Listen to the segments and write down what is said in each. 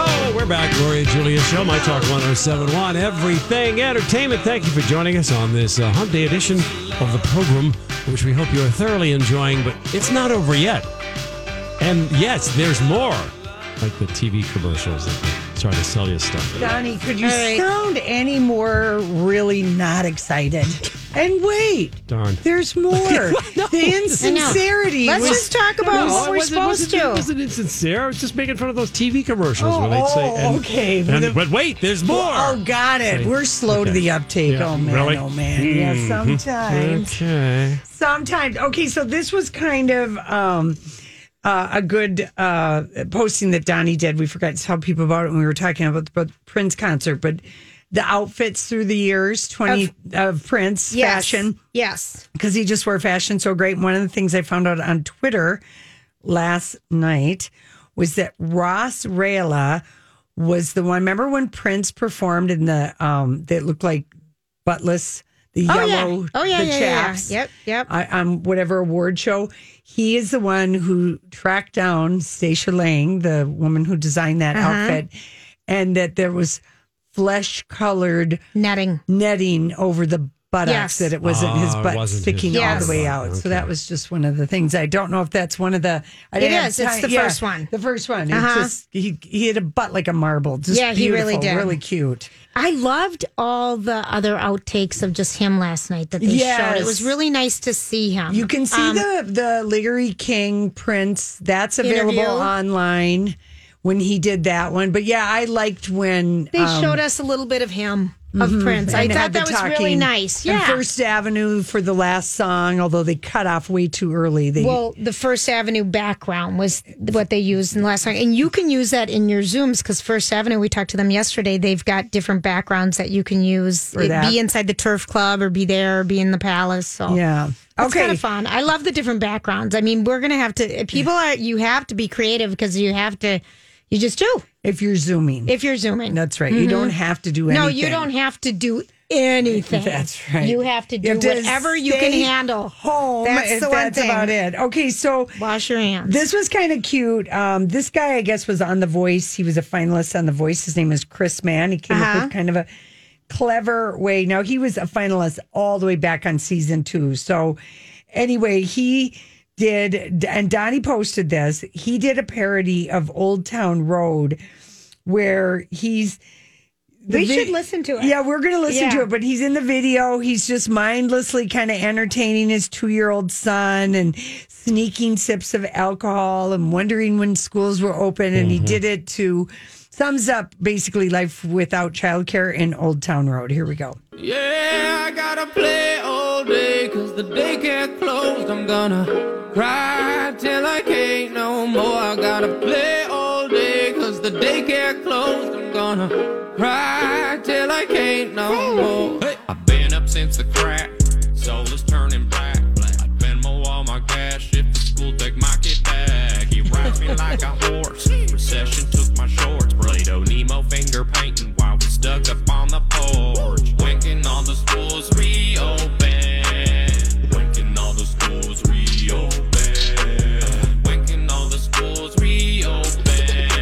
Oh, we're back. Gloria Julia Show, My Talk 1071, Everything Entertainment. Thank you for joining us on this uh, Hump Day edition of the program, which we hope you are thoroughly enjoying, but it's not over yet. And yes, there's more, like the TV commercials that try to sell you stuff. Donnie, could you sound any more really not excited? And wait, Darn. there's more. The insincerity. Let's was- just talk about No, what it we're wasn't- supposed It to. wasn't insincere. I was just making fun of those TV commercials where they'd say, Oh, and- okay. and- The- but wait, there's more. Oh, got it. We're slow to Okay. the uptake. Yeah. Oh man, Really? Hmm. oh man. Yeah, sometimes. Okay. Sometimes. Okay, so this was kind of um uh, a good uh posting that Donnie did. We forgot to tell people about it when we were talking about the about Prince concert, but the outfits through the years, twenty of, Prince Yes. fashion Yes. because he just wore fashion so great. And one of the things I found out on Twitter last night was that Ross Rayla was the one. Remember when Prince performed in the um that looked like buttless, the Oh yellow, yeah. Oh yeah. the yeah, chaps, yeah. Yep. Yep. I, on whatever award show. He is the one who tracked down Stacia Lang, the woman who designed that Uh-huh. outfit, and that there was flesh colored Netting. netting over the buttocks Yes. that it wasn't his Ah, it butt wasn't his sticking all butt. the way out. So that was just one of the things. I don't know if that's one of the. I It didn't is. have It's time- the first one. The first one. Uh-huh. It's just he, he had a butt like a marble. Just Yeah, he really beautiful, did. Really cute. I loved all the other outtakes of just him last night that they showed. Yes. It was really nice to see him. You can Um, see the the Liguri King Prince. That's available Interview. online. When he did that one, but yeah, I liked when They um, mm-hmm. showed us a little bit of him of Prince. I and thought had the that was really talking. nice. And Yeah. First Avenue for the last song, although they cut off way too early. They well, the First Avenue background was what they used in the last song. And you can use that in your Zooms because First Avenue, we talked to them yesterday, they've got different backgrounds that you can use. It- that. Be inside the turf club or be there or be in the palace. So yeah, It's kind of fun. I love the different backgrounds. I mean, we're gonna have to. People are. You have to be creative because you have to. You just do If you're zooming. if you're zooming. That's right. You don't have to do anything. Mm-hmm. no, you don't have to do anything. That's right. You have to do have whatever you can stay handle. Home. That's if the one that's thing. about it. Okay, so Wash your hands. this was kind of cute. Um, this guy, I guess, was on The Voice. He was a finalist on The Voice. His name is Chris Mann. He came Uh-huh. up with kind of a clever way. Now he was a finalist all the way back on season two. So anyway, he did, and Donnie posted this. He did a parody of Old Town Road, where he's. the we vi- should listen to it. Yeah, we're going to listen Yeah. to it, but he's in the video. He's just mindlessly kind of entertaining his two year old son and sneaking sips of alcohol and wondering when schools were open. And he did it to thumbs up basically life without childcare in Old Town Road. Here we go. Yeah, I gotta play all day, cause the daycare closed. I'm gonna cry till I can't no more. I gotta play all day, cause the daycare closed. I'm gonna cry till I can't no more. I've been up since the crack, soul is turning black. I Venmo all my cash if the school take my kid back. He rides me like a horse, recession took my shorts. Play-Doh, Nemo finger painting while we stuck up on the porch. Winking all the schools reopen. Winking all the schools reopen. Winking all the schools reopen.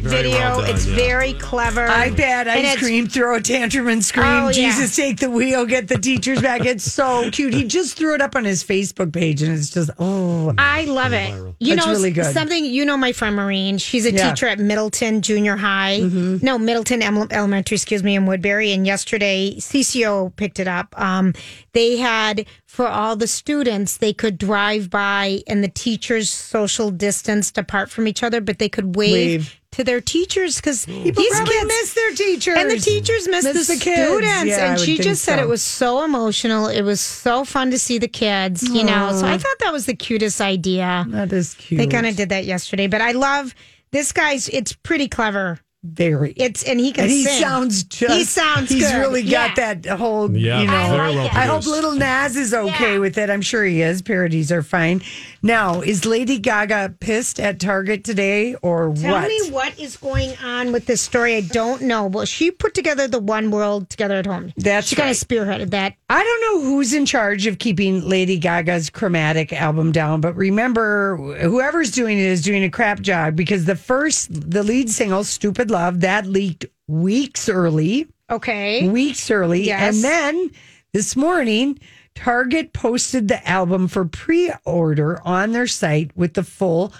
very clever. I bet And ice it's- cream, throw a tantrum and scream, Oh, yeah. Jesus, take the wheel, get the teachers back. It's so cute. He just threw it up on his Facebook page and it's just, oh, I love it. You That's know really good. something. You know my friend Maureen. She's a Yeah. Mm-hmm. teacher at Middleton Junior High. No, Middleton Em- Elementary. Excuse me, in Woodbury. And yesterday, CCO picked it up. Um, they had for all the students, they could drive by, and the teachers social distanced apart from each other, but they could wave. Wave. To their teachers because these probably kids miss their teachers. and the teachers miss, Miss the, the kids. students. Yeah, I and would she think just said so. it was so emotional. It was so fun to see the kids, you know. So I thought that was the cutest idea. that is cute. They kind of did that yesterday, but I love this guy's. It's pretty clever. very. It's and he can. and he sing. sounds just. He sounds. He's good. really got Yeah. that whole. Yeah, You know, I very like well it. produced. I hope little Nas is okay Yeah. with it. I'm sure he is. Parodies are fine. Now, is Lady Gaga pissed at Target today or Tell what? me what is going on with this story. I don't know. Well, she put together the One World Together at Home. That's she kind right. of spearheaded that. I don't know who's in charge of keeping Lady Gaga's chromatic album down, but remember, whoever's doing it is doing a crap job because the first, the lead single, Stupid Love, that leaked weeks early, Okay. weeks early. Yes. And then this morning, Target posted the album for pre order on their site with the full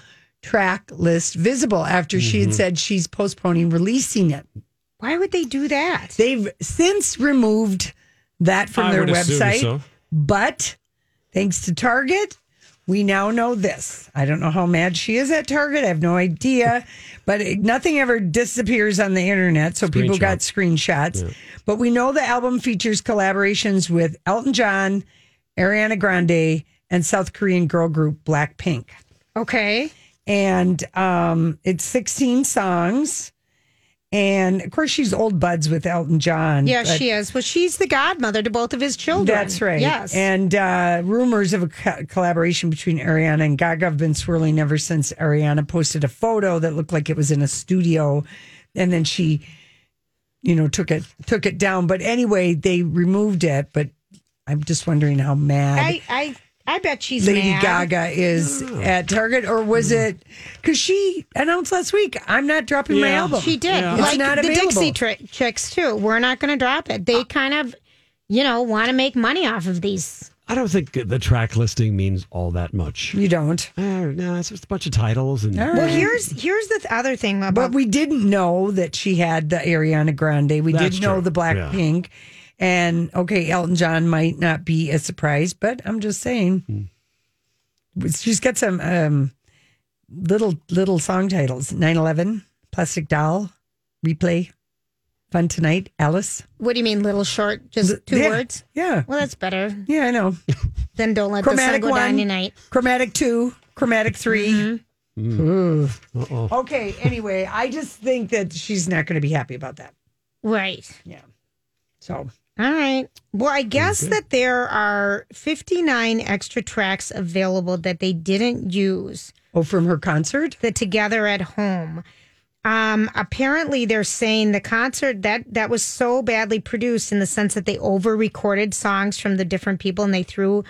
track list visible after she Mm-hmm. had said she's postponing releasing it. Why would they do that? They've since removed that from I their would assume website. so. But thanks to Target, we now know this. I don't know how mad she is at Target. I have no idea. but it- nothing ever disappears on the internet. So people Screenshot. got screenshots. But we know the album features collaborations with Elton John, Ariana Grande, and South Korean girl group Blackpink Okay. and um, it's 16 songs. And of course, she's old buds with Elton John. Yeah, but- she is. Well, she's the godmother to both of his children. That's right. Yes. And uh, rumors of a co- collaboration between Ariana and Gaga have been swirling ever since Ariana posted a photo that looked like it was in a studio, and then she, you know, took it took it down. But anyway, they removed it. But I'm just wondering how mad. I, I, I bet she's Lady mad. Gaga is at Target, or was it because she announced last week, I'm not dropping my Yeah. album? She did. Yeah. It's Like not the available. Dixie tri- Chicks, too. We're not going to drop it. They kind of, you know, want to make money off of these. I don't think the track listing means all that much. You don't. Uh, no, it's just a bunch of titles and All right. Well, here's here's the th- other thing But about we didn't know that she had the Ariana Grande. We That's did know true. the Yeah. Blackpink. And okay, Elton John might not be a surprise, but I'm just Hmm. saying. She's got some um, little little song titles 9 11, Plastic Doll, Replay, Fun Tonight, Alice. what do you mean, little short, just two Yeah. words. Yeah. Well, that's better Yeah, I know. than don't let Chromatic the sun go down one. tonight. Chromatic two, chromatic 3 Mm-hmm. Mm. Ooh. Okay. Anyway, I just think that she's not going to be happy about that. Right. So All right. Well, I guess that there are 59 extra tracks available that they didn't use. Oh, from her concert? the Together at Home. Um, apparently, they're saying the concert that that was so badly produced in the sense that they over-recorded songs from the different people and they threw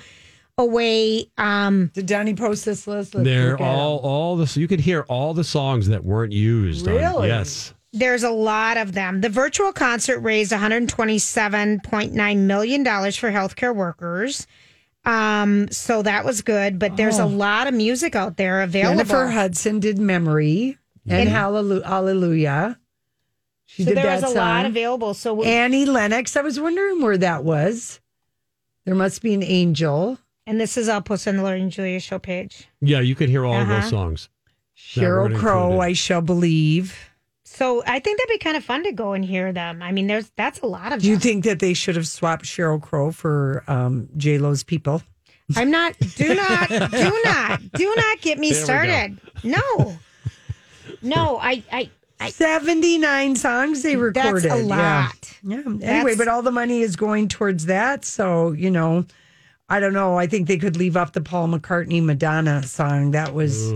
away. Um, Did Donnie post this list? Let's they're look at it. all all the you could hear all the songs that weren't used. on- Really? yes. there's a lot of them. The virtual concert raised 127.9 million dollars for healthcare workers. Um, so that was good, but there's a lot of music out there available. Jennifer Hudson did Memory and Hallelu- Hallelujah. She so did there that is a song. lot available. So we- Annie Lennox. I was wondering where that was. There must be an angel. and this is I'll post on the Lauren and Julia show page. Yeah, you could hear all of Uh-huh. those songs. That Cheryl weren't Crow, included. I shall believe. So I think that'd be kind of fun to go and hear them. I mean, there's that's a lot of. Do you them. think that they should have swapped Cheryl Crow for um, J Lo's people? I'm not. Do not. do not. Do not get me There we go. started. No. No. I. I. I 79 songs they recorded. that's a lot. Yeah. yeah. Anyway, That's- but all the money is going towards that. So, you know, I don't know. I think they could leave off the Paul McCartney Madonna song. That was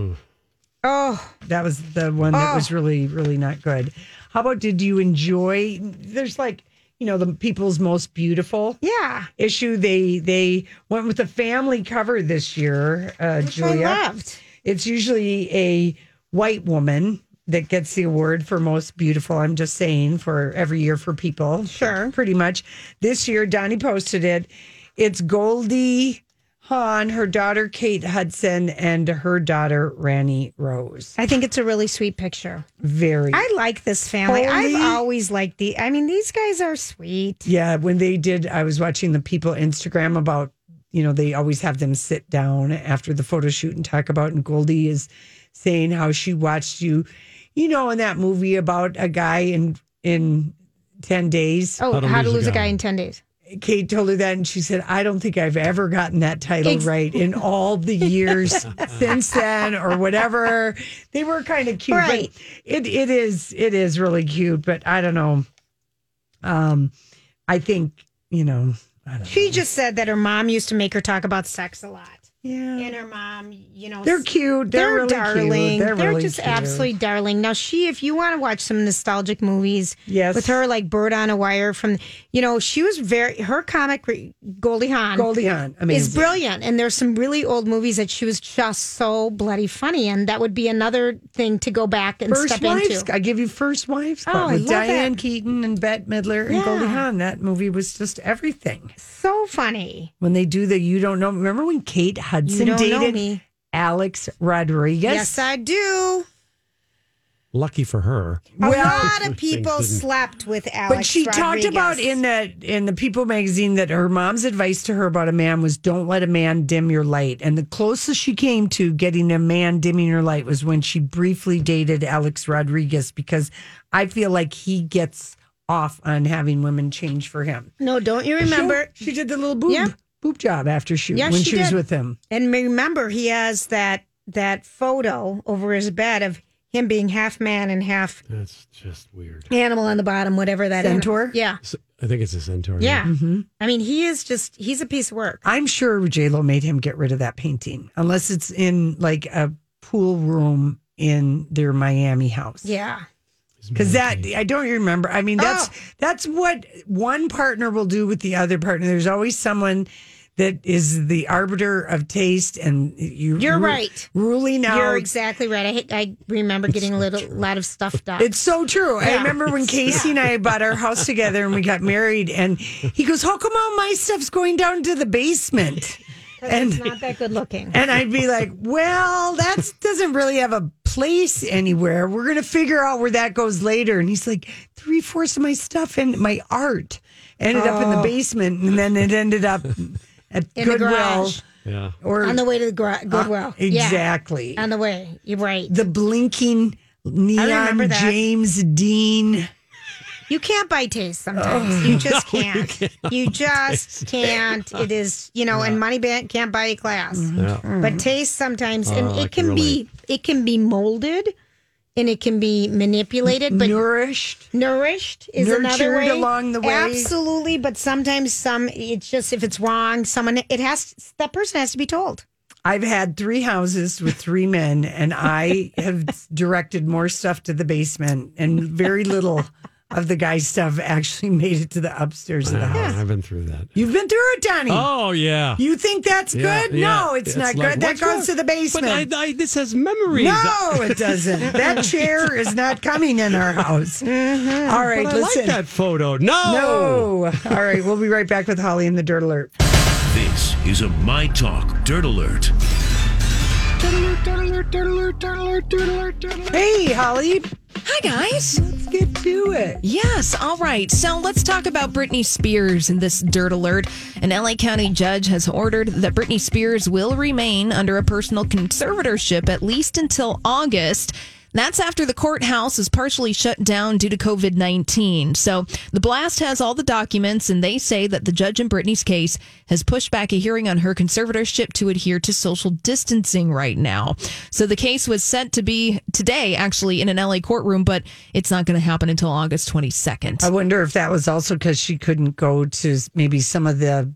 Oh, that was the one that was really, really not good. How about did you enjoy there's like, you know, the people's most beautiful yeah. issue. They they went with a family cover this year, uh I Julia. loved. It's usually a white woman that gets the award for most beautiful. I'm just saying for every year for people. Sure. Pretty much. This year, Donnie posted it. It's Goldie Hawn, her daughter Kate Hudson, and her daughter Rani Rose. I think it's a really sweet picture. Very. I like this family. Holy- I've always liked the. I mean, these guys are sweet. yeah, when they did, I was watching the people Instagram about, you know, they always have them sit down after the photo shoot and talk about, and Goldie is saying how she watched you, you know, in that movie about a guy in in ten days. Oh, how to, lose a guy. in ten days. Kate told her that, and she said, "I don't think I've ever gotten that title Ex- right in all the years since then, or whatever." They were kind of cute, Right. But it it is it is really cute, but I don't know. Um, I think you know. I don't She just said that her mom used to make her talk about sex a lot, yeah, and her mom, you know, they're cute. They're, They're, really darling. Cute. They're, really just cute. absolutely darling. Now, she, if you want to watch some nostalgic movies Yes. with her, like Bird on a Wire, from, you know, she was very, her comic, re- Goldie Hawn, Goldie Hawn. I mean, is brilliant. And there's some really old movies that she was just so bloody funny. And that would be another thing to go back and First step Wives. into. I give you First Wives Club Oh, I with love that. Diane Keaton and Bette Midler and Goldie Yeah. Hawn. That movie was just everything. So funny. when they do the you don't know. Remember when Kate Hudson You don't dated know me. Alex Rodriguez? Yes, I do. Lucky for her. A Well- lot of people slept with Alex. but she talked about Rodriguez. in the in the People magazine that her mom's advice to her about a man was don't let a man dim your light, and the closest she came to getting a man dimming her light was when she briefly dated Alex Rodriguez because I feel like he gets off on having women change for him. No, don't you remember? she, did the little boob Yeah. boob job after she Yeah, when she, she was did. with him. And remember, he has that that photo over his bed of him being half man and half That's just weird. animal on the bottom, whatever that Centaur? anim- yeah, So- I think it's a centaur. yeah. I mean, he is just—he's a piece of work. I'm sure J Lo made him get rid of that painting, unless it's in like a pool room in their Miami house. Yeah, Oh. because that I don't remember. I mean, that's that's what one partner will do with the other partner. There's always someone that is the arbiter of taste, and you You're ru- right. ruling out. you're exactly right. I hate- I remember getting a little lot of stuff done. It's so true. I Yeah. remember when Casey and I bought our house together and we got married, and he goes, "How come all my stuff's going down to the basement?" And not that good looking. And I'd be like, well, that doesn't really have a place anywhere. We're going to figure out where that goes later. And he's like, three fourths of my stuff and my art ended up in the basement. And then it ended up at Oh. In the Goodwill. garage. Yeah. Or On the way to the gra- Goodwill, Yeah. Exactly. On the way, you're right. the blinking neon remember that. James Dean. You can't buy taste sometimes. You just can't. You just can't. It is, you know, and money ba- can't buy a class. Yeah. But taste sometimes, and Oh, I it can can be, it can be molded, and it can be manipulated, but nourished. nourished is another Nurtured way. along the way. absolutely. But sometimes some, it's just if it's wrong, someone it has that person has to be told. I've had three houses with three men, and I have directed more stuff to the basement, and very little of the guy's stuff actually made it to the upstairs of the house. I've been through that. You've been through it, Donnie. Oh yeah. You think that's Yeah, good? yeah. No, it's, not like, good. That what's goes wrong? to the basement. But I, I, this has memories. no, it doesn't. That chair is not coming in our house. All right, Mm-hmm. But I listen. like that photo. No. No. All right, we'll be right back with Holly and the Dirt Alert. This is a My Talk Dirt Alert. Hey, Holly, Hi, guys. let's get to it. Yes, all right. So let's talk about Britney Spears and this dirt alert. An LA County judge has ordered that Britney Spears will remain under a personal conservatorship at least until August. That's after the courthouse is partially shut down due to COVID 19. So the blast has all the documents, and they say that the judge in Britney's case has pushed back a hearing on her conservatorship to adhere to social distancing right now. So the case was set to be today, actually, in an LA courtroom, but it's not going to happen until August 22nd. I wonder if that was also because she couldn't go to maybe some of the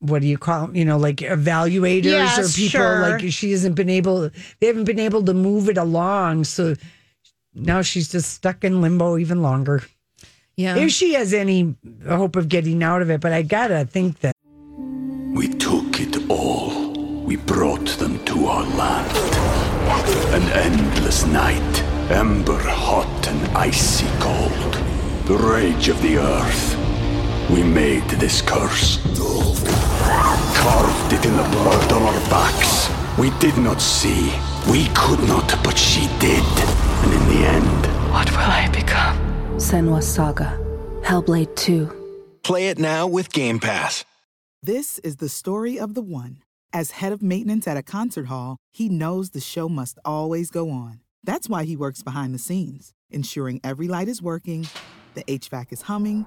what do you call 'em? You know, like evaluators Yes, or people sure. like she hasn't been able. They haven't been able to move it along, so now she's just stuck in limbo even longer. Yeah. If she has any hope of getting out of it, but I gotta think that We took it all. We brought them to our land. An endless night, Ember hot and icy cold. The rage of the earth. We made this curse. Carved it in the blood on our backs. We did not see. We could not, but she did. And in the end, What will I become? Senwa Saga. Hellblade 2. Play it now with Game Pass. This is the story of the one. As head of maintenance at a concert hall, he knows the show must always go on. That's why he works behind the scenes, ensuring every light is working, the HVAC is humming,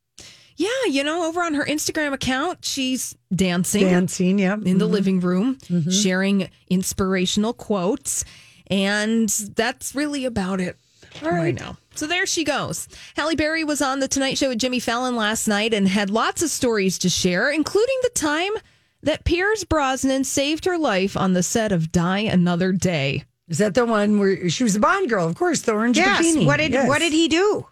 Yeah, you know, over on her Instagram account, she's dancing dancing. Mm-hmm. Yeah, in the living room, sharing inspirational quotes. And that's really about it All right. now. So there she goes. Halle Berry was on The Tonight Show with Jimmy Fallon last night and had lots of stories to share, including the time that Piers Brosnan saved her life on the set of Die Another Day. Is that the one where she was the Bond girl? Of course, the orange Yes. bikini. What did Yes. What did he do?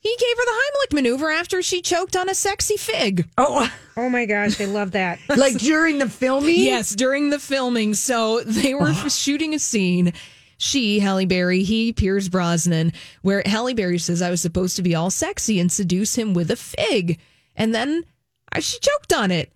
He gave her the Heimlich maneuver after she choked on a sexy fig. Oh, Oh my gosh, I love that. like during the filming. Yes, during the filming. So they were shooting a scene. She, Halle Berry, he, Piers Brosnan, where Halle Berry says, I was supposed to be all sexy and seduce him with a fig. And then I, she choked on it.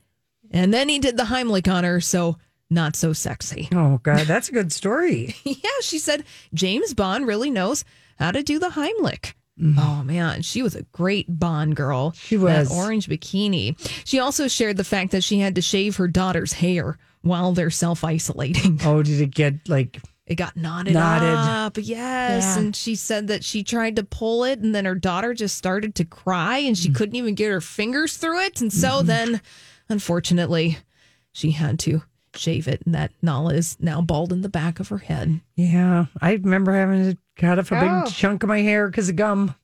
And then he did the Heimlich on her. So not so sexy. Oh God, that's a good story. yeah, she said, James Bond really knows how to do the Heimlich. Oh man, she was a great Bond girl. Mm-hmm. She was. That orange bikini. She also shared the fact that she had to shave her daughter's hair while they're self isolating. Oh, did it get like? It got knotted, Knotted. up. Yes. Yeah. And she said that she tried to pull it and then her daughter just started to cry and Mm. she couldn't even get her fingers through it. And so Mm-hmm. then, unfortunately, she had to shave it. And that Nala is now bald in the back of her head. Yeah, I remember having to cut off a Oh. big chunk of my hair because of gum.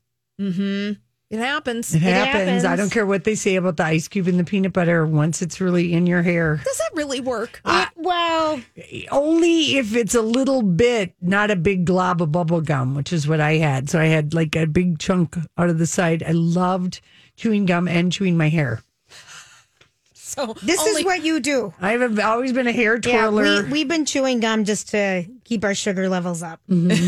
Mm-hmm. It happens. It, happens. I don't happens. care what they say about the ice cube and the peanut butter. Once it's really in your hair, Does that really work? well, only if it's a little bit, not a big glob of bubble gum, which is what I had. So I had like a big chunk out of the side. I loved chewing gum and chewing my hair. So this only- is what you do. I've always been a hair Yeah, twirler. we, we've been chewing gum just to keep our sugar levels up.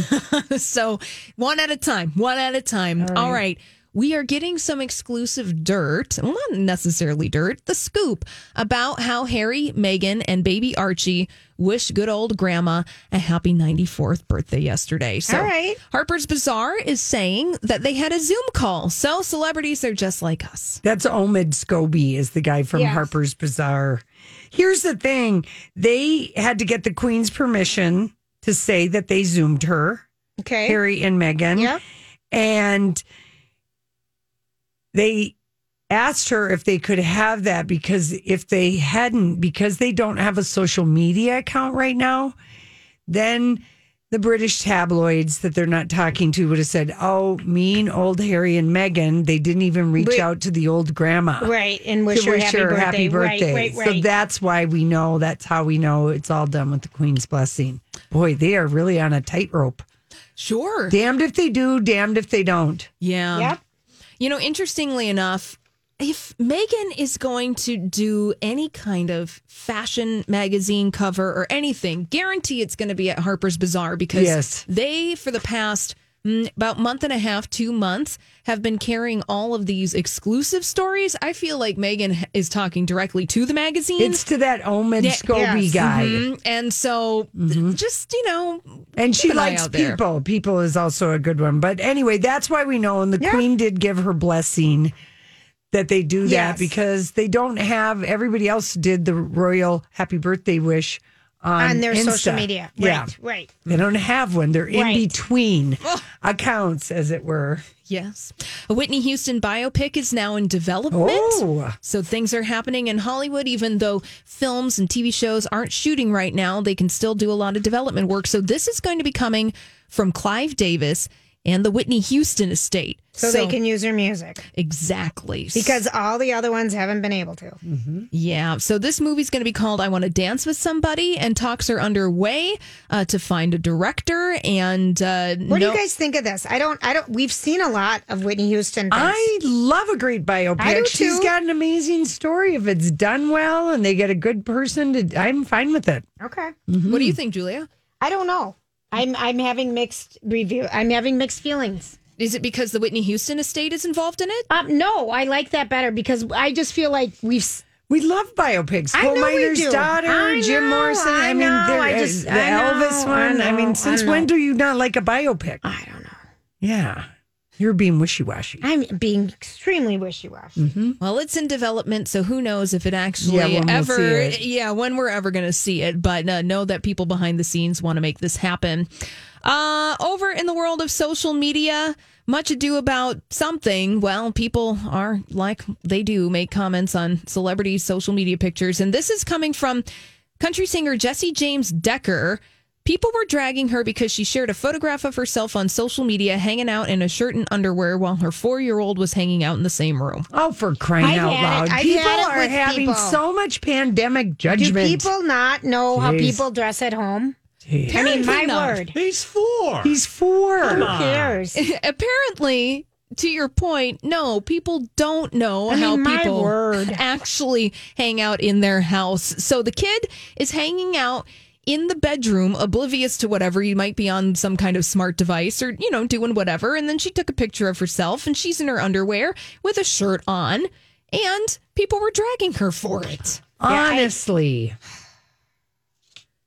so one at a time, one at a time. All right. We are getting some exclusive dirt, well, not necessarily dirt, the scoop about how Harry, Meghan, and baby Archie wished good old grandma a happy 94th birthday yesterday. So, All right. Harper's Bazaar is saying that they had a Zoom call. So, celebrities are just like us. That's Omid Scobie is the guy from Yes. Harper's Bazaar. Here's the thing. They had to get the Queen's permission to say that they zoomed her, Okay. Harry and Meghan. Yep. And they asked her if they could have that because if they hadn't, because they don't have a social media account right now, then the British tabloids that they're not talking to would have said, Oh, mean old Harry and Meghan, they didn't even reach But- out to the old grandma. Right. And to wish her happy birthday. Right, right, right. So that's why we know, that's how we know it's all done with the Queen's blessing. Boy, they are really on a tightrope. Sure. Damned if they do, damned if they don't. Yeah. Yep. You know, interestingly enough, if Megan is going to do any kind of fashion magazine cover or anything, guarantee it's going to be at Harper's Bazaar because Yes. they, for the past mm, about month and a half, two months, have been carrying all of these exclusive stories. I feel like Megan is talking directly to the magazine. It's to that Omid Yeah, Scobie yes. Mm-hmm. guy. Mm-hmm. Mhm. And so, just, you know, And she keep an eye likes out there. people. People is also a good one. But anyway, that's why we know. And the queen did give her blessing that they do that Yes. because they don't have everybody else did the royal happy birthday wish on, on their social Insta. media. Yeah. Right. Right. They don't have one. They're in Right. between accounts, as it were. Yes. A Whitney Houston biopic is now in development. Oh. So things are happening in Hollywood, even though films and TV shows aren't shooting right now, they can still do a lot of development work. So this is going to be coming from Clive Davis and the Whitney Houston estate. So, they can use their music. Exactly. Because all the other ones haven't been able to. Yeah. So this movie's going to be called I Want to Dance with Somebody, and talks are underway uh, to find a director. And uh, What do no- you guys think of this? I don't. I don't. We've seen a lot of Whitney Houston. things. I love a great I do biopic. She's too. got an amazing story. If it's done well and they get a good person, to, I'm fine with it. okay. What Hmm. do you think, Julia? I don't know. I'm. I'm having mixed review. I'm having mixed feelings. Is it because the Whitney Houston estate is involved in it? Um, no, I like that better because I just feel like we've. s- We love biopics. I Coal know we Miner's do. Daughter, I Jim know, Morrison. I I, mean, know, there I is just- the I know, Elvis I one. I, know, mean, since I know. when do you not like a biopic? I don't know. Yeah, you're being wishy washy. I'm being extremely wishy washy. Well, it's in development, so who knows if it actually Mm-hmm. Yeah, when we'll ever, see it. yeah, when we're ever going to see it. But uh, know that people behind the scenes want to make this happen. Uh, over in the world of social media, much ado about something. Well, people are like they do make comments on celebrity social media pictures, and this is coming from country singer Jesse James Decker. People were dragging her because she shared a photograph of herself on social media hanging out in a shirt and underwear while her four year old was hanging out in the same room. Oh, for crying I've out had loud! it. I've people had it are with having people. so much pandemic Do judgment. people not know how Jeez. people dress at home? I mean, my Apparently not. word. Ah. He's four. He's four. Who cares? apparently to your point no people don't know I mean, how my people word. actually hang out in their house so the kid is hanging out in the bedroom oblivious to whatever you might be on some kind of smart device or you know doing whatever and then she took a picture of herself and she's in her underwear with a shirt on and people were dragging her for it Honestly,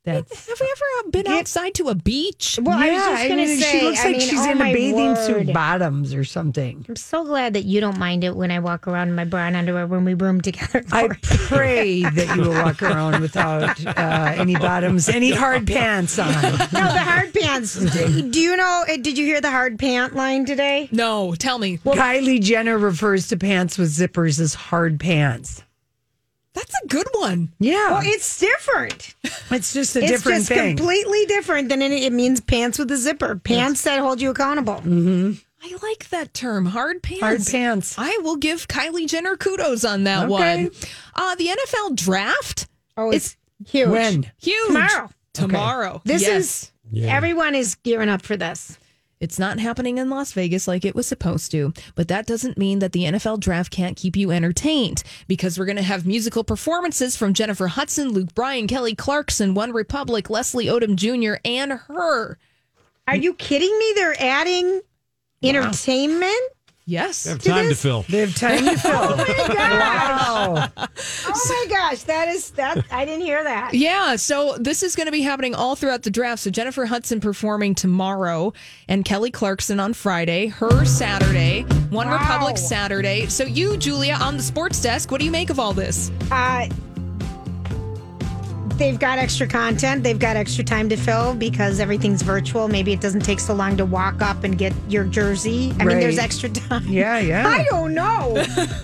that's have we ever been outside to a beach Well, I was just going to mean, say. she looks I like mean, she's oh in a my bathing word. suit bottoms or something. I'm so glad that you don't mind it when I walk around in my bra and underwear when we room together. I pray that you will walk around without uh, any bottoms, any hard pants on. no, the hard pants. Do you know? uh, Did you hear the hard pant line today? no tell me Kylie Jenner refers to pants with zippers as hard pants. that's a good one Yeah, Well, it's different. it's just a it's different just thing. completely different than any, it means pants with a zipper. Pants that hold you accountable. I like that term, hard pants. Hard pants. I will give Kylie Jenner kudos on that Okay. one. Uh, the NFL draft, Oh, it's, huge. when huge. Tomorrow. Tomorrow. This Yes. is everyone is gearing up for this. It's not happening in Las Vegas like it was supposed to, but that doesn't mean that the NFL draft can't keep you entertained because we're going to have musical performances from Jennifer Hudson, Luke Bryan, Kelly Clarkson, One Republic, Leslie Odom Jr., and her. Are Mm. you kidding me? They're adding entertainment. Yes. have time to fill. they have time to fill. wow. Oh my gosh, that is that. I didn't hear that. Yeah, so this is going to be happening all throughout the draft. So Jennifer Hudson performing tomorrow and Kelly Clarkson on Friday, her Saturday, One Republic Saturday. So you, Julia, on the sports desk, what do you make of all this? Uh, they've got extra content. They've got extra time to fill because everything's virtual. Maybe it doesn't take so long to walk up and get your jersey. I mean, Right. there's extra time. Yeah, yeah. I don't know.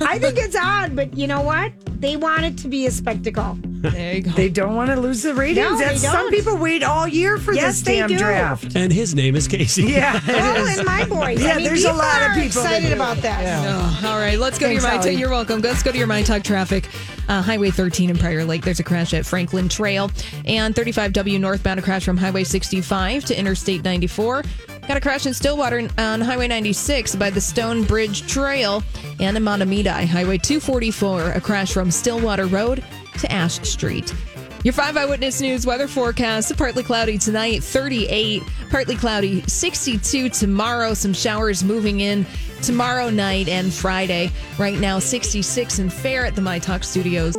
I think it's odd, but you know what? They want it to be a spectacle. There you go. They don't want to lose the ratings. No, they That's- Some don't. people wait all year for Yes, this they damn do. draft. And his name is Casey. Yeah, it Well, is. Oh, and my boys. I Yeah, mean, there's a lot of are people that excited do about it. that. Yeah. Oh, all right, let's go Thanks, to your my. Holly. You're welcome. Let's go to your my talk traffic. Uh, Highway 13 in Prior Lake. There's a crash at Franklin Trail and 35W northbound. A crash from Highway 65 to Interstate 94. Got a crash in Stillwater on Highway 96 by the Stone Bridge Trail and in Montemita. Highway 244. A crash from Stillwater Road to Ash Street. Your 5 Eyewitness News weather forecast partly cloudy tonight, 38, partly cloudy, 62 tomorrow. Some showers moving in tomorrow night and Friday. Right now, 66 and fair at the My Talk Studios.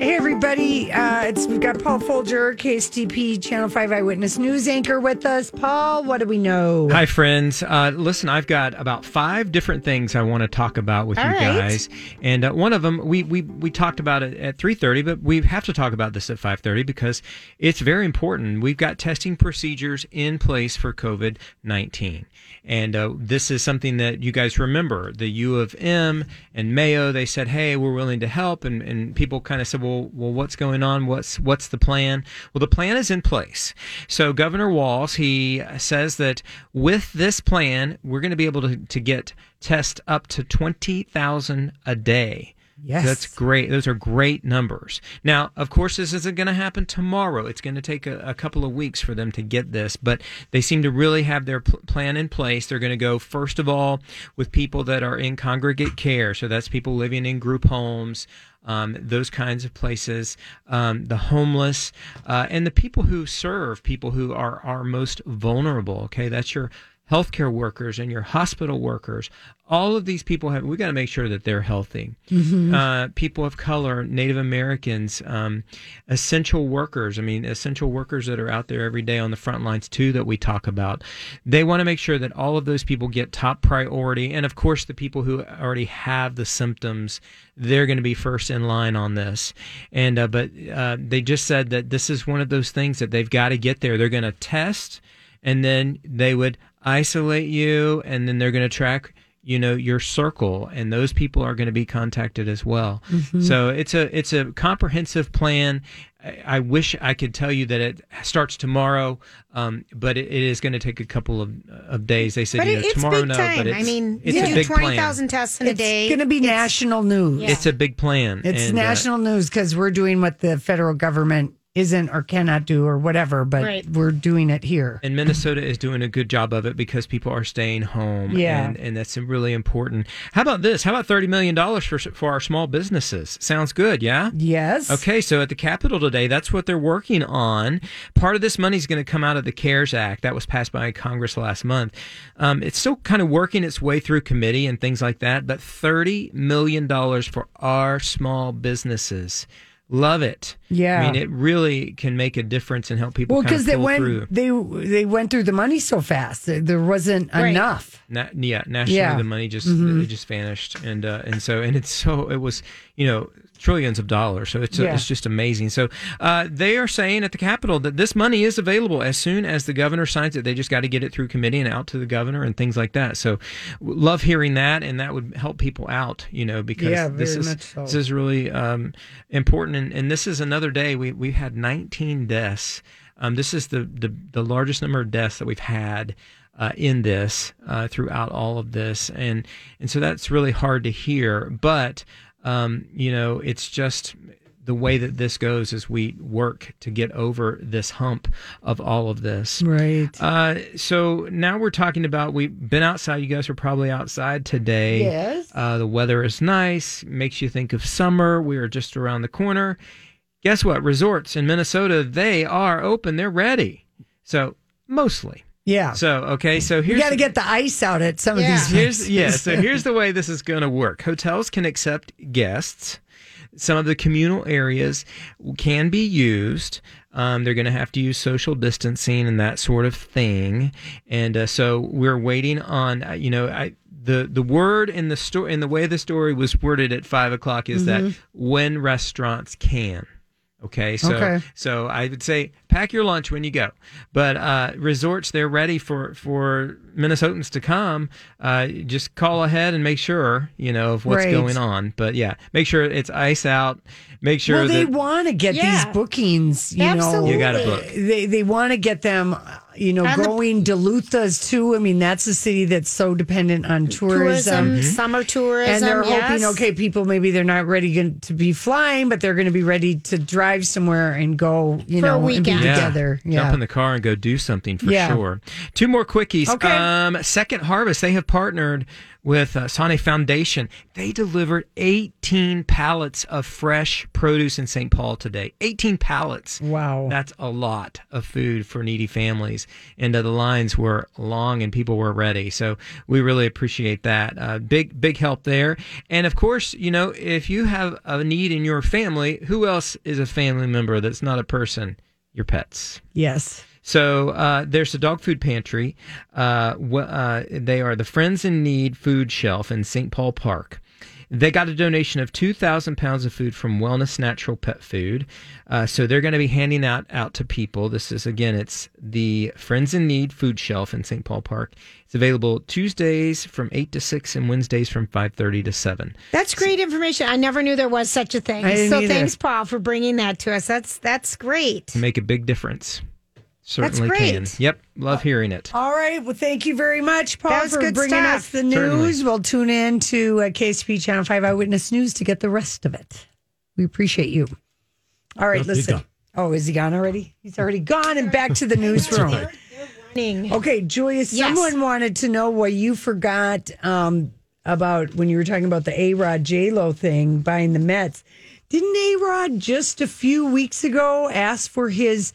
Hey, everybody. Uh, it's We've got Paul Folger, KSTP Channel 5 Eyewitness News anchor with us. Paul, what do we know? Hi, friends. Uh, listen, I've got about five different things I want to talk about with All you right. guys, and uh, one of them we, we we talked about it at three thirty, but we have to talk about this at five thirty because it's very important. We've got testing procedures in place for COVID nineteen, and uh, this is something that you guys remember. The U of M and Mayo they said, "Hey, we're willing to help," and, and people kind of said, "Well, well, what what's going on, what's what's the plan. Well, the plan is in place. So Governor Walls he says that with this plan, we're going to be able to, to get tests up to twenty thousand a day. Yes. That's great. Those are great numbers. Now, of course, this isn't going to happen tomorrow. It's going to take a, a couple of weeks for them to get this, but they seem to really have their pl- plan in place. They're going to go, first of all, with people that are in congregate care. So that's people living in group homes, um, those kinds of places, um, the homeless, uh, and the people who serve, people who are, are most vulnerable. Okay. That's your healthcare workers and your hospital workers. All of these people have, we got to make sure that they're healthy. Mhm. Mm-hmm. Uh, people of color, Native Americans, um, essential workers. I mean, essential workers that are out there every day on the front lines, too, that we talk about. They want to make sure that all of those people get top priority. And of course, the people who already have the symptoms, they're going to be first in line on this. And, uh, but uh, they just said that this is one of those things that they've got to get there. They're going to test and then they would isolate you and then they're going to track you know your circle and those people are going to be contacted as well Mhm. so it's a it's a comprehensive plan I- I wish I could tell you that it starts tomorrow, um, but it, it is going to take a couple of, of days. They said But you it- know, it's tomorrow, big no, time. but it's, I mean, it's you a do big twenty plan. thousand tests in a day. It's going to be national news. It's a big plan. It's and, uh, national news because we're doing what the federal government isn't or cannot do or whatever, but Right. we're doing it here. And Minnesota is doing a good job of it because people are staying home. Yeah. um, And, and that's really important. How about this? How about $30 million for, for our small businesses? Sounds good, yeah? Yes. Okay, so at the Capitol today, that's what they're working on. Part of this money is going to come out of the CARES Act that was passed by Congress last month. Um, it's still kind of working its way through committee and things like that, but $30 million for our small businesses. Love it. Yeah. I mean, it really can make a difference and help people Well, kind because of they pull went through. they they went through the money so fast, there- there wasn't Right. enough. Na- yeah, nationally Yeah. the money just Mhm. it just vanished, and uh, and so and it's so it was you know trillions of dollars, so it's Yeah. it's just amazing. So uh, they are saying at the Capitol that this money is available as soon as the governor signs it. They just got to get it through committee and out to the governor and things like that. So w- love hearing that, and that would help people out, you know, because Yeah, this very is much so. this is really um, important, and, and this is another day we we had 19 deaths. Um, this is the, the the largest number of deaths that we've had uh, in this uh, throughout all of this, and and so that's really hard to hear. But um, you know, it's just the way that this goes is we work to get over this hump of all of this. Right. Uh, so now we're talking about we've been outside. You guys are probably outside today. Yes. Uh, the weather is nice, makes you think of summer. We are just around the corner. Guess what? Resorts in Minnesota, they are open. They're ready. So mostly. Yeah. So okay. So You here's got to get the ice out at some of these. Here's, places. yeah, so here's the way this is going to work hotels can accept guests. Some of the communal areas can be used. Um, they're going to have to use social distancing and that sort of thing. And uh, so we're waiting on, uh, you know, I. The, the word in the story in the way the story was worded at five o'clock is Mhm. that when restaurants can okay so Okay. so I would say pack your lunch when you go. But uh, resorts, they're ready for for Minnesotans to come. Uh, just call ahead and make sure you know of what's Right. going on. But yeah, make sure it's ice out. Make sure well, they that want to get Yeah. these bookings. You Absolutely. know, You gotta book. They they want to get them. uh, You know, And the- going Duluth does too. I mean, that's a city that's so dependent on tourism. tourism, summer tourism, And they're yes. hoping, okay, people maybe they're not ready gon- to be flying, but they're going to be ready to drive somewhere and go, you For a know, and be weekend. Yeah. together. Jump Yeah. in the car and go do something for Yeah. sure. Two more quickies. Okay. Um, Second Harvest, they have partnered with uh, Sane Foundation. They delivered 18 pallets of fresh produce in St. Paul today. 18 pallets. Wow. That's a lot of food for needy families. And uh, the lines were long and people were ready. So we really appreciate that. Uh, big, big help there. And of course, you know, if you have a need in your family, who else is a family member that's not a person? Your pets. Yes. So uh, there's a dog food pantry. Uh, wh- uh, they are the Friends in Need food shelf in St. Paul Park. They got a donation of 2,000 pounds of food from Wellness Natural Pet Food. Uh, so they're going to be handing out out to people. This is, again, it's the Friends in Need food shelf in St. Paul Park. It's available Tuesdays from 8 to 6 and Wednesdays from 5.30 to 7. That's great information. I never knew there was such a thing. I didn't so either. thanks, Paul, for bringing that to us. That's that's great. Can make a big difference. That's Certainly can. great. Yep, love hearing it. All right. Well, thank you very much, Paul, That was for good bringing stuff. us the news. Certainly. We'll tune in to uh, KSP Channel 5 Eyewitness News to get the rest of it. We appreciate you. All right, Nope, he's listen. gone. Oh, is he gone already? He's already gone and back to the newsroom. Okay, Julia, someone wanted to know why you forgot um, about when you were talking about the A Rod J Lo thing buying the Mets. Didn't A Rod just a few weeks ago ask for his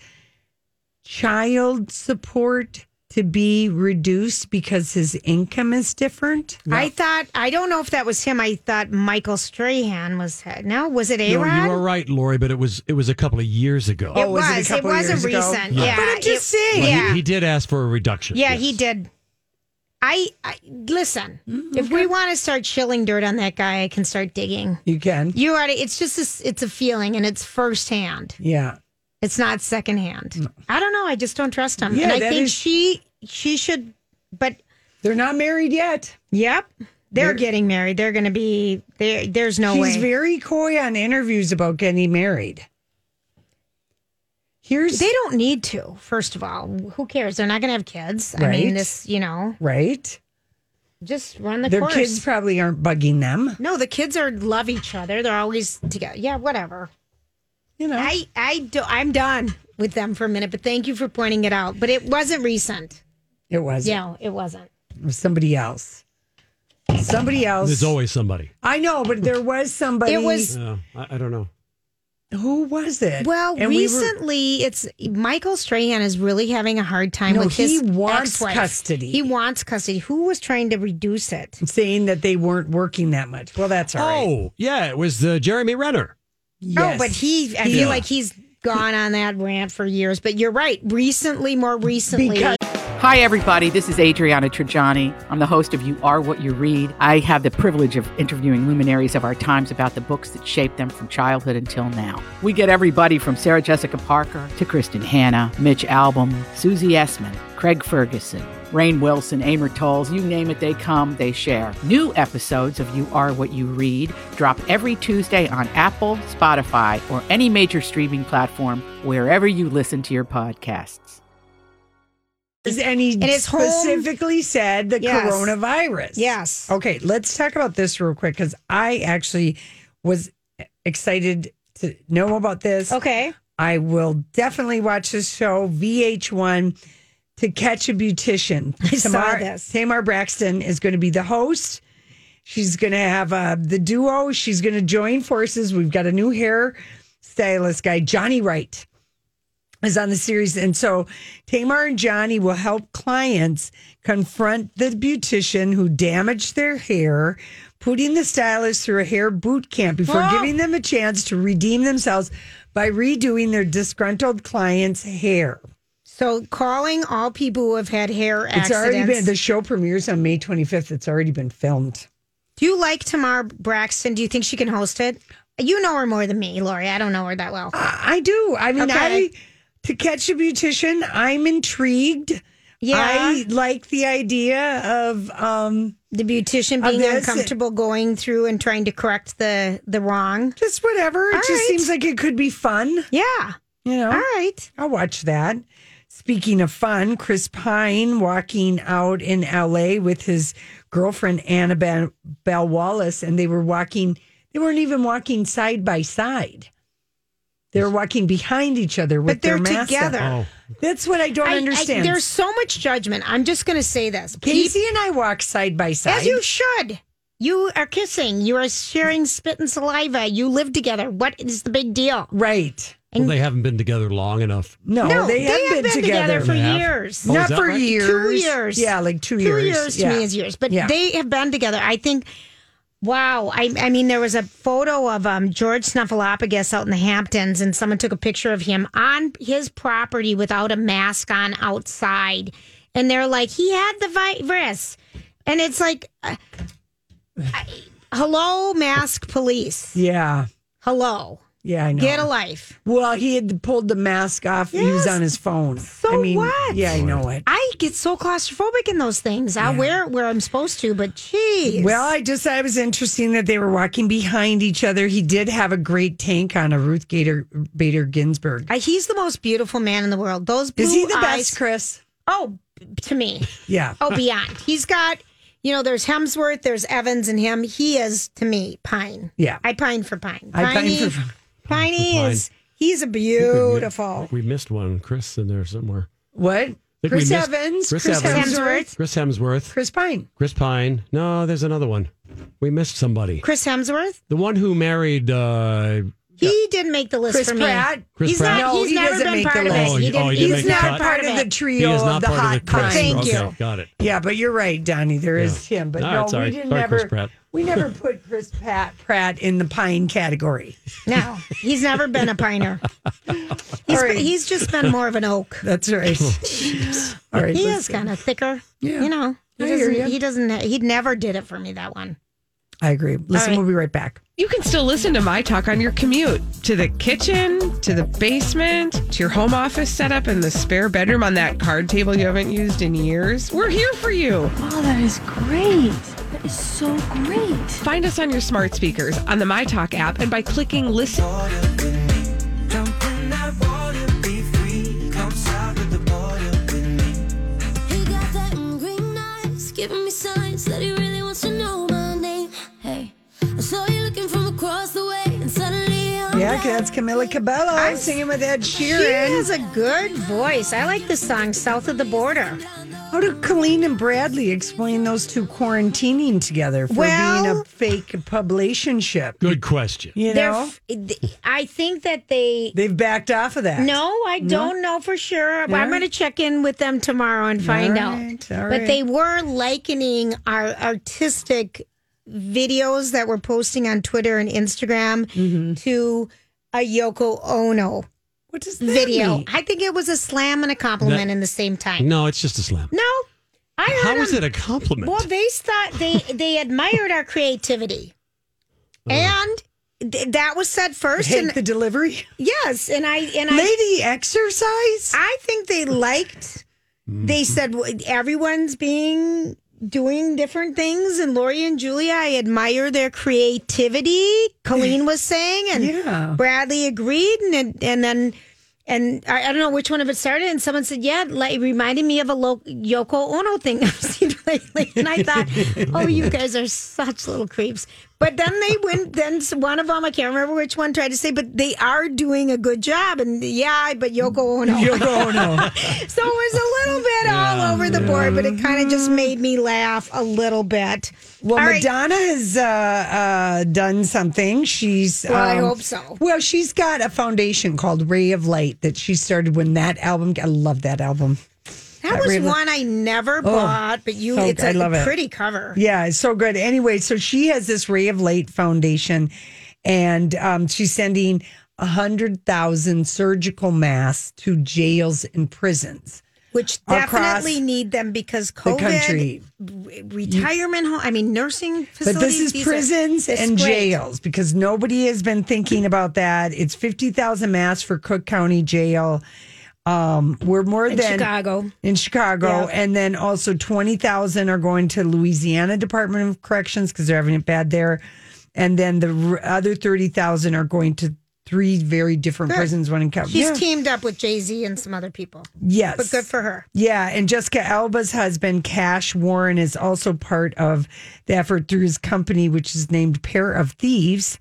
child support to be reduced because his income is different? I thought I don't know if that was him. I thought Michael Strahan was no, was it A No, Rod? you are right, Lori, but it was it was a couple of years ago. It was. It, couple was years a ago? recent. Yeah. Yeah. But I'm just it- saying. Well, he- Yeah. he, did ask for a reduction. Yeah, yes. he did. I, I listen. If we want to start shilling dirt on that guy, I can start digging. You can. You ought to. It's just a, s- it's a feeling, and it's firsthand. Yeah. It's not secondhand. I don't know. I just don't trust him. Yeah, and I that think is- she she should. But They're not married yet. yep, they're, They're- getting married. They're going to be there. There's no She's way. very coy on interviews about getting married. Here's they don't need to. First of all, who cares? They're not going to have kids. I Right. mean, this you know, right. just run the Their course. kids probably aren't bugging them. no, the kids are love each other. They're always together. Yeah, whatever. You know. I I do, I'm done with them for a minute, but thank you for pointing it out. But it wasn't recent. it was No, it wasn't. it was somebody else. Somebody else. There's always somebody. I know, but there was somebody. It was- Yeah, I, I don't know. who was it? Well, And we were- recently, it's Michael Strahan is really having a hard time No, with his he wants ex-wife. custody. He wants custody. Who was trying to reduce it? saying that they weren't working that much. Well, that's all right. Oh, yeah, it was uh, Jeremy Renner. No, Oh, but he. I Yeah. feel like he's gone on that rant for years. But you're right. Recently, more recently, Because- Hi, everybody. This is Adriana Trajani. I'm the host of You Are What You Read. I have the privilege of interviewing luminaries of our times about the books that shaped them from childhood until now. We get everybody from Sarah Jessica Parker to Kristen Hanna, Mitch Albom, Susie Essman, Craig Ferguson, Rain Wilson, Amor Tolls, you name it, they come, they share. New episodes of You Are What You Read drop every Tuesday on Apple, Spotify, or any major streaming platform wherever you listen to your podcasts. and he And his home- specifically said the Yes. coronavirus. Yes. Okay, let's talk about this real quick because I actually was excited to know about this. okay. I will definitely watch this show VH1 to catch a beautician. I saw Tamar, this. Tamar Braxton is going to be the host. She's going to have uh, the duo. She's going to join forces. We've got a new hair stylist guy, Johnny Wright, is on the series, and so Tamar and Johnny will help clients confront the beautician who damaged their hair. Putting the stylist through a hair boot camp before Oh. giving them a chance to redeem themselves by redoing their disgruntled clients' hair. So calling all people who have had hair accidents. It's already been the show premieres on May 25th. It's already been filmed. Do you like Tamar Braxton? Do you think she can host it? You know her more than me, Lori. I don't know her that well. I I do. I mean, Okay. I to catch a beautician. I'm intrigued. Yeah. I like the idea of um, the beautician Uh, being this- uncomfortable going through and trying to correct the the wrong. just whatever. it All just right. seems like it could be fun. Yeah. You know. All right. I'll watch that. Speaking of fun, Chris Pine walking out in LA with his girlfriend Annabelle Belle Wallace, and they were walking, they weren't even walking side by side. They were walking behind each other with But they're their masks up. together. Oh, That's what I don't I- I- understand. there's so much judgment. I'm just going to say this. People- Casey and I walk side by side. As you should. You are kissing. You are sharing spit and saliva. You live together. What is the big deal? right. well, they haven't been together long enough. No, Oh, they, have, been, together, for They have? years. Oh, is not that for right? years. Two years. Yeah, like two, Two years. years, to yeah. me is years, but Yeah. they have been together. I think. Wow, I, I mean, there was a photo of um, George Snuffleupagus out in the Hamptons, and someone took a picture of him on his property without a mask on outside, and they're like, he had the virus, and it's like, uh, I, hello, mask police. Yeah. Hello. Yeah, I know. Get a life. Well, he had pulled the mask off. He was Yes. on his phone. So I mean, what? Yeah, I know it. I get so claustrophobic in those things. I wear it where I'm supposed to, but geez. Well, I just thought it was interesting that they were walking behind each other. He did have a great tank on a Ruth Gator Bader Ginsburg. I- he's the most beautiful man in the world. Those blue Is he the eyes, best, Chris? Oh, b- to me. Yeah. Oh, beyond. He's got, you know, there's Hemsworth, there's Evans, and him. He is to me pine. Yeah. I pine for pine. I pine Piney- for- Piney pine. is. He's a beautiful. We missed one, Chris, in there somewhere. What? I think we Chris missed- Evans, Chris, Chris Evans, Hemsworth. Chris Hemsworth, Chris Pine. Chris Pine. No, there's another one. We missed somebody. Chris Hemsworth. The one who married. Uh, He didn't make the list Chris for me. Pratt? Chris he's Pratt? not. No, he's he never doesn't been make the part of it. list. Oh, you- didn't- oh, he didn't make he's the not cut? part of Part of the it. he trio is not of the part hot of the Chris. pine. Thank okay, you. Got it. Yeah, but you're right, Donnie. There is him, but All no, right, sorry. we didn't Sorry, Chris ever. Pratt. We never put Chris Pat Pratt in the pine category. No, he's never been a piner. He's, All right. he's just been more of an oak. That's right. All right, he let's is see. kind of thicker. Yeah. You know, he I hear doesn't, ya. he doesn't, he never did it for me, that one. I agree. Listen, right. we'll be right back. You can still listen to My Talk on your commute to the kitchen, to the basement, to your home office setup, and the spare bedroom on that card table you haven't used in years. We're here for you. Oh, that is great. That is so great. Find us on your smart speakers, on the My Talk app, and by clicking Listen. He got that green eyes, giving me signs that he really wants to know my name. Hey, I saw you looking from across the way, and suddenly I'm Yeah, that's Camila Cabello singing with Ed Sheeran. She has a good voice. I like the song South of the Border. How do Colleen and Bradley explain those two quarantining together for being Well- a fake publicationship? Good question. You They're know, f- th- I think that they. they've backed off of that. No, I don't know for sure. All I'm going to right. check in with them tomorrow and find All out. right, all But right. they were likening our artistic videos that we're posting on Twitter and Instagram Mm-hmm. to a Yoko Ono What does that video. mean? I think it was a slam and a compliment That- in the same time. No, it's just a slam. No, I heard How is it them- a compliment? Well, they thought they they admired our creativity, and th- that was said first. Hate and the delivery, yes, and I and I lady exercise. I think they liked. They said "Well, everyone's being doing different things, and Lori and Julia, I admire their creativity. Colleen was saying, and Yeah. Bradley agreed, and then- and then. And I, I don't know which one of it started, and someone said, "Yeah, like, it reminded me of a lo- Yoko Ono thing I've seen lately." And I thought, "Oh, you guys are such little creeps." But then they went. Then one of them, I can't remember which one, tried to say, "But they are doing a good job." And yeah, but Yoko Ono. Yoko Ono. So it was a little bit all over the board, but it kind of just made me laugh a little bit. Well, All right. Madonna has uh, uh, done something. She's um, Well, I hope so. Well, she's got a foundation called Ray of Light that she started when that album. I love that album. That was really- one I never bought, but you, so it's good. I a love it. pretty cover. Yeah, it's so good. Anyway, so she has this Ray of Light Foundation, and um, she's sending a hundred thousand surgical masks to jails and prisons. Which Across definitely need them because the COVID, country. re- retirement home, I mean, nursing But facilities. this is these are- prisons it's and great. jails because nobody has been thinking about that. It's 50,000 masks for Cook County Jail. Um, we're more In than Chicago. in Chicago, Yeah. and then also 20,000 are going to Louisiana Department of Corrections because they're having it bad there. And then the r- other 30,000 are going to three very different Good. prisons, one in California. She's teamed up with Jay Z and some other people. Yes. But good for her. Yeah, and Jessica Alba's husband, Cash Warren, is also part of the effort through his company, which is named Pair of Thieves.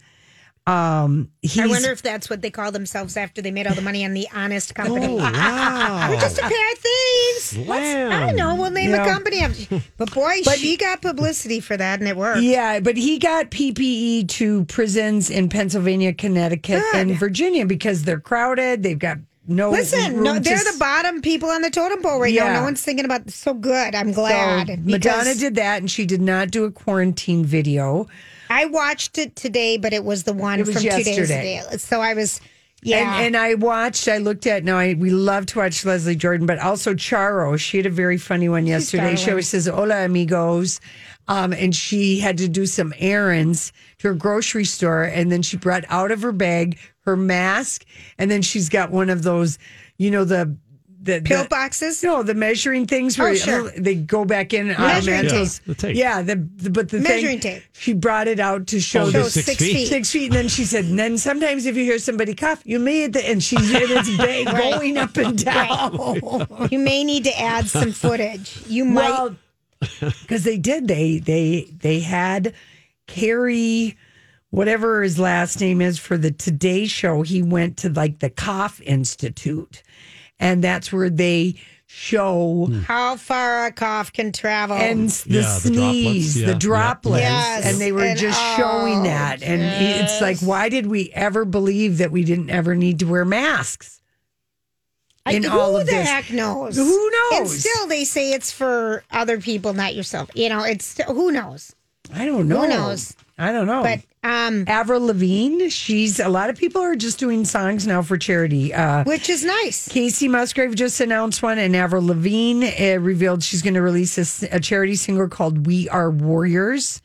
Um, he's, I wonder if that's what they call themselves after they made all the money on the Honest Company. Oh, wow. We're just a pair of thieves. Let's- I don't know. We'll name Yeah. a company. after- But boy, But- she got publicity for that, and it worked. yeah, but he got PPE to prisons in Pennsylvania, Connecticut, and Virginia because they're crowded. They've got no. Listen, no, room to they're s- the bottom people on the totem pole right Yeah. now. No one's thinking about. So good. I'm So glad. Madonna because did that, and she did not do a quarantine video. I watched it today, but it was the one It was from two days yesterday. ago. So I was Yeah. Yeah. And, and I watched, I looked at, no, I, we love to watch Leslie Jordan, but also Charo. She had a very funny one yesterday. She darling. always says, Hola, amigos. Um, and she had to do some errands to her grocery store. And then she brought out of her bag her mask. And then she's got one of those, you know, the. The, Pill boxes? No, the measuring things where Oh, sure. they go back in. Measuring automatically. tape. Yeah, the tape. Yeah, the, the- but the thing- Measuring tape. She brought it out to show Oh, the the Shows six six feet. feet. Six feet. And then she said, and then sometimes if you hear somebody cough, you may, at the, and she's in its bag Right. going up and down. You may need to add some footage. You might. Well, because they did. They, they, they had Carrie, whatever his last name is for the Today Show. He went to like the Cough Institute and that's where they show how far a cough can travel. and the Oh, Yeah, the droplets, sneeze, yeah, the yeah. droplets, Yes, and they were and just oh, showing that. And he- it's like, yes. why did we ever believe that we didn't ever need to wear masks I- in all who of the this? heck knows? Who And knows? still, they say it's for other people, not yourself. You know, it's who knows. I don't know. Who knows? I don't know. But um, Avril Lavigne, she's a lot of people are just doing songs now for charity. Uh, which is nice. Casey Musgrave just announced one, and Avril Lavigne uh, revealed she's going to release a, s- a charity single called "We Are Warriors."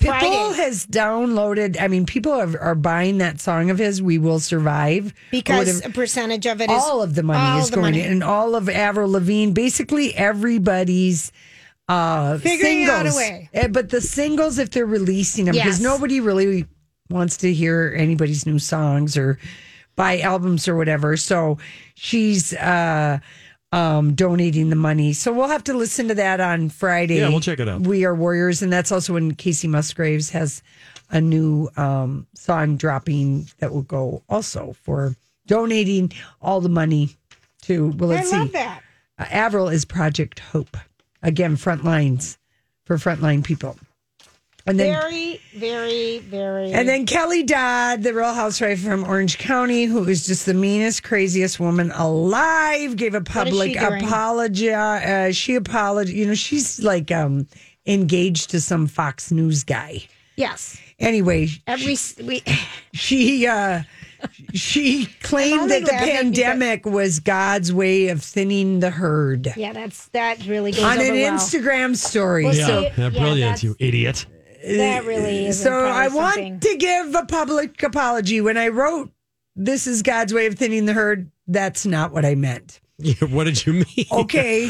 Pitbull Friday. has downloaded. I mean, people are, are buying that song of his, "We Will Survive," or Because whatever. a percentage of it is all of the money all is the going money. in, and all of Avril Lavigne, basically everybody's uh, Figuring singles. out a way. Eh, But the singles, if they're releasing them, because Yes. nobody really wants to hear anybody's new songs or buy albums or whatever. So she's uh, um, donating the money. So we'll have to listen to that on Friday. Yeah, we'll check it out. We are warriors, and that's also when Casey Musgraves has a new um, song dropping that will go also for donating all the money to. Well, I let's see. love that. Uh, Avril is Project Hope. Again, front lines for frontline people. And then very, very, very. and then Kelly Dodd, the real housewife from Orange County, who is just the meanest, craziest woman alive, gave a is public she doing? apology. Uh, she apologized. You know, she's like um, engaged to some Fox News guy. yes, Anyway, every s- we. she uh she claimed only that the laughing because- pandemic was God's way of thinning the herd Yeah, that's that really goes on over an well. Instagram story. Well, so see, Yeah, yeah, brilliant, that's- you idiot. That really is. so I probably want something. to give a public apology. When I wrote "This is God's way of thinning the herd," that's not what I meant. Yeah, what did you mean? Okay,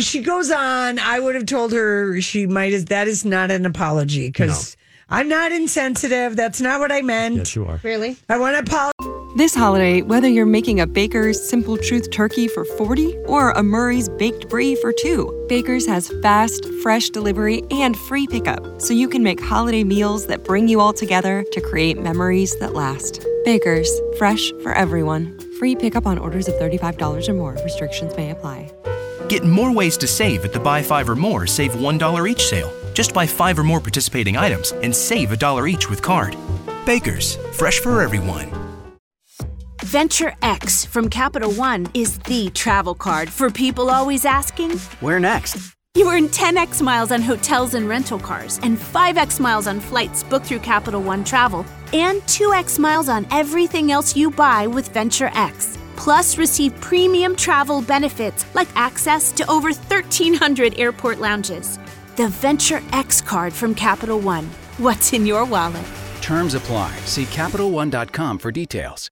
she goes on. I would have told her she might as that is not an apology because I'm not insensitive. That's not what I meant. Yes, you are. really. I want to apologize. This holiday, whether you're making a Baker's Simple Truth turkey for 40 or a Murray's Baked Brie for two, Baker's has fast, fresh delivery and free pickup, so you can make holiday meals that bring you all together to create memories that last. Baker's, fresh for everyone. Free pickup on orders of $35 or more. Restrictions may apply. Get more ways to save at the Buy Five or More Save $1 each sale. Just buy five or more participating items and save a dollar each with card. Baker's, fresh for everyone. Venture X from Capital One is the travel card for people always asking, Where next? You earn 10x miles on hotels and rental cars, and 5x miles on flights booked through Capital One Travel, and 2x miles on everything else you buy with Venture X. Plus, receive premium travel benefits like access to over 1,300 airport lounges. The Venture X card from Capital One. What's in your wallet? Terms apply. See CapitalOne.com for details.